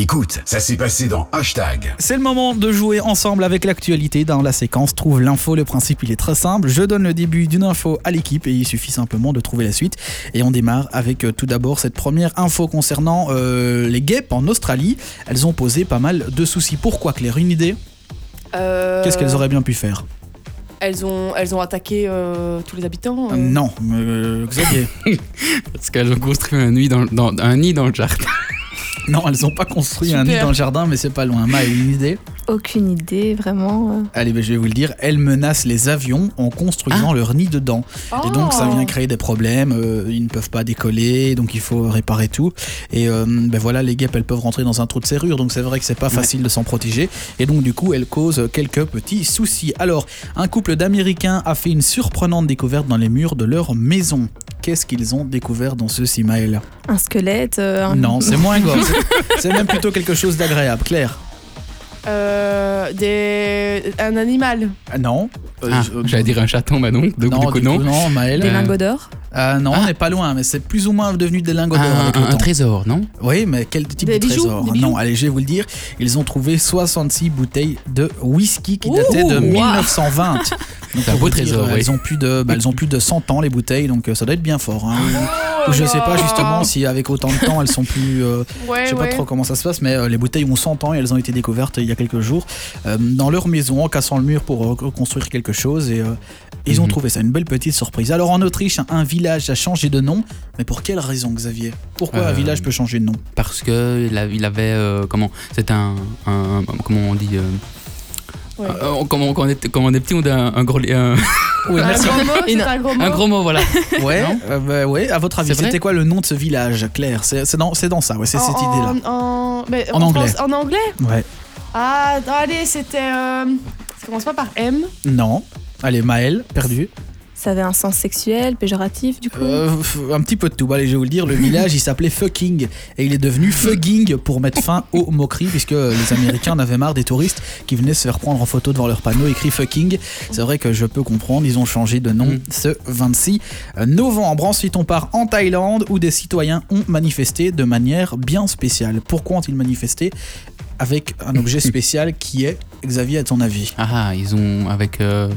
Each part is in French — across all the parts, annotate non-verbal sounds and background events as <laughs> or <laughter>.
Écoute, ça s'est passé dans Hashtag. C'est le moment de jouer ensemble avec l'actualité. Dans la séquence Trouve l'info, le principe il est très simple. Je donne le début d'une info à l'équipe et il suffit simplement de trouver la suite. Et on démarre avec euh, tout d'abord cette première info concernant euh, les guêpes en Australie. Elles ont posé pas mal de soucis. Pourquoi Claire Une idée Euh, Qu'est-ce qu'elles auraient bien pu faire elles ont, elles ont attaqué euh, tous les habitants. euh. Euh, Non, euh, <laughs> Xavier. Parce qu'elles ont construit un nid dans, le- dans- un nid dans le jardin. non, elles n'ont pas construit un Super. nid dans le jardin, mais c'est pas loin. Ma, une idée Aucune idée, vraiment. euh, Allez, ben, je vais vous le dire. Elles menacent les avions en Ah. construisant leur nid dedans. Et donc ça Oh. vient créer des problèmes, euh, ils ne peuvent pas décoller, donc il faut réparer tout. Et euh, ben voilà, les guêpes, elles peuvent rentrer dans un trou de serrure, donc c'est vrai que c'est pas facile de s'en protéger. Et donc du coup, elles causent quelques petits soucis. Alors, un couple d'Américains a fait une surprenante découverte dans les murs de leur maison. Qu'est-ce qu'ils ont découvert dans ce cimaël Un squelette, euh, un- Non, c'est moins <laughs> gore. C'est- C'est même plutôt quelque chose d'agréable, Claire. Euh, des, un animal. Ah, Non. Euh, Ah, je- J'allais dire un chaton, bah donc, donc du coup, du non. coup, non, Maëlle. des Euh, lingots d'or. Ah, non, Ah. on n'est pas loin, mais c'est plus ou moins devenu des lingots Un, d'or avec le un temps. trésor, non Oui, mais quel type Des de bijoux, trésor des bijoux. Non, allez, je vais vous le dire. Ils ont trouvé 66 bouteilles de whisky qui Ouh, dataient de ouah. <laughs> 1920. Donc, C'est un pour beau vous dire, trésor, Elles oui. ont plus de, bah, elles ont plus de 100 ans les bouteilles, donc euh, ça doit être bien fort. hein. Oh Ou je sais pas justement si avec autant de temps elles sont plus. euh, Ouais, je sais Eh pas ouais. trop comment ça se passe, mais euh, les bouteilles ont 100 ans et elles ont été découvertes il y a quelques jours euh, dans leur maison en cassant le mur pour euh, construire quelque chose et euh, ils ont Mhm. trouvé ça une belle petite surprise. Alors en Autriche, un village a changé de nom, mais pour quelle raison, Xavier Pourquoi un Euh, village peut changer de nom Parce que il a- il avait. euh, comment C'était un, un- Comment on dit euh, Ouais. euh, on- comment, quand, on était, quand on est petit, on a un, un gros. li- Un, Oui, Un merci. gros mot, c'est Une- un gros mot. un gros <laughs> mot, voilà. Ouais, euh, bah ouais, à votre avis, C'est vrai c'était quoi le nom de ce village, Claire C'est c'est dans, c'est dans ça, ouais, c'est cette En- idée-là. En, en- mais En anglais. France- en anglais Ouais. Ah, non, allez, c'était. euh, ça commence pas par M. Non. Allez, Maël, perdu. Ça avait un sens sexuel, péjoratif, du coup. Euh, f- un petit peu de tout. Bah, allez, je vais vous le dire, le village, il s'appelait Fucking. Et il est devenu Fugging pour mettre fin aux moqueries, puisque les Américains en avaient marre des touristes qui venaient se faire prendre en photo devant leur panneau écrit Fucking. C'est vrai que je peux comprendre, ils ont changé de nom Mm. ce 26 novembre. Ensuite, on part en Thaïlande, où des citoyens ont manifesté de manière bien spéciale. Pourquoi ont-ils manifesté avec un <laughs> objet spécial qui est, Xavier, à ton avis Ah, ils ont. Avec. euh,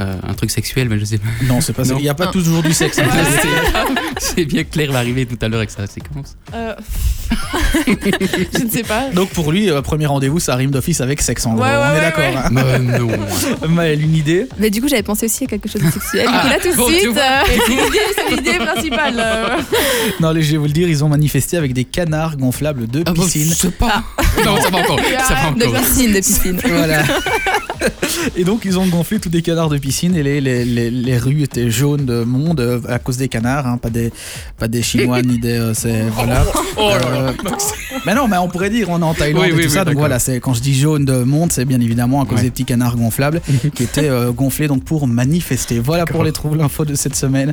euh, un truc sexuel, mais je sais pas. Non, c'est pas ça. Non. Il n'y a pas toujours du <laughs> sexe. hein. C'est bien que Claire va arriver tout à l'heure avec sa séquence. Euh, je ne sais pas. Donc pour lui, euh, premier rendez-vous, ça rime d'office avec sexe en gros. Ouais, ouais, on est ouais, d'accord. ouais. hein. Bah, <laughs> non. Maëlle, une idée Mais du coup, j'avais pensé aussi à quelque chose de sexuel. du coup, là, tout de bon, tu suite, vois. euh, <laughs> Et c'est l'idée, c'est l'idée principale. euh. Non, les, je vais vous le dire, ils ont manifesté avec des canards gonflables de Ah, bon, je piscine. sais pas. Ah. Non, ça <laughs> va encore. Ça va de encore. piscine, de piscine. <laughs> Voilà. Et donc ils ont gonflé tous des canards de piscine et les, les, les, les rues étaient jaunes de monde euh, à cause des canards, hein, pas des pas des chinois ni des euh, c'est <laughs> voilà. Oh là là. Euh, mais non, mais on pourrait dire on est en Thaïlande Oui, et oui, tout oui, ça. Donc d'accord. voilà, c'est quand je dis jaune de monde, c'est bien évidemment à cause Ouais. <laughs> des petits canards gonflables qui étaient euh, gonflés donc pour manifester. Voilà pour les troubles info de cette semaine.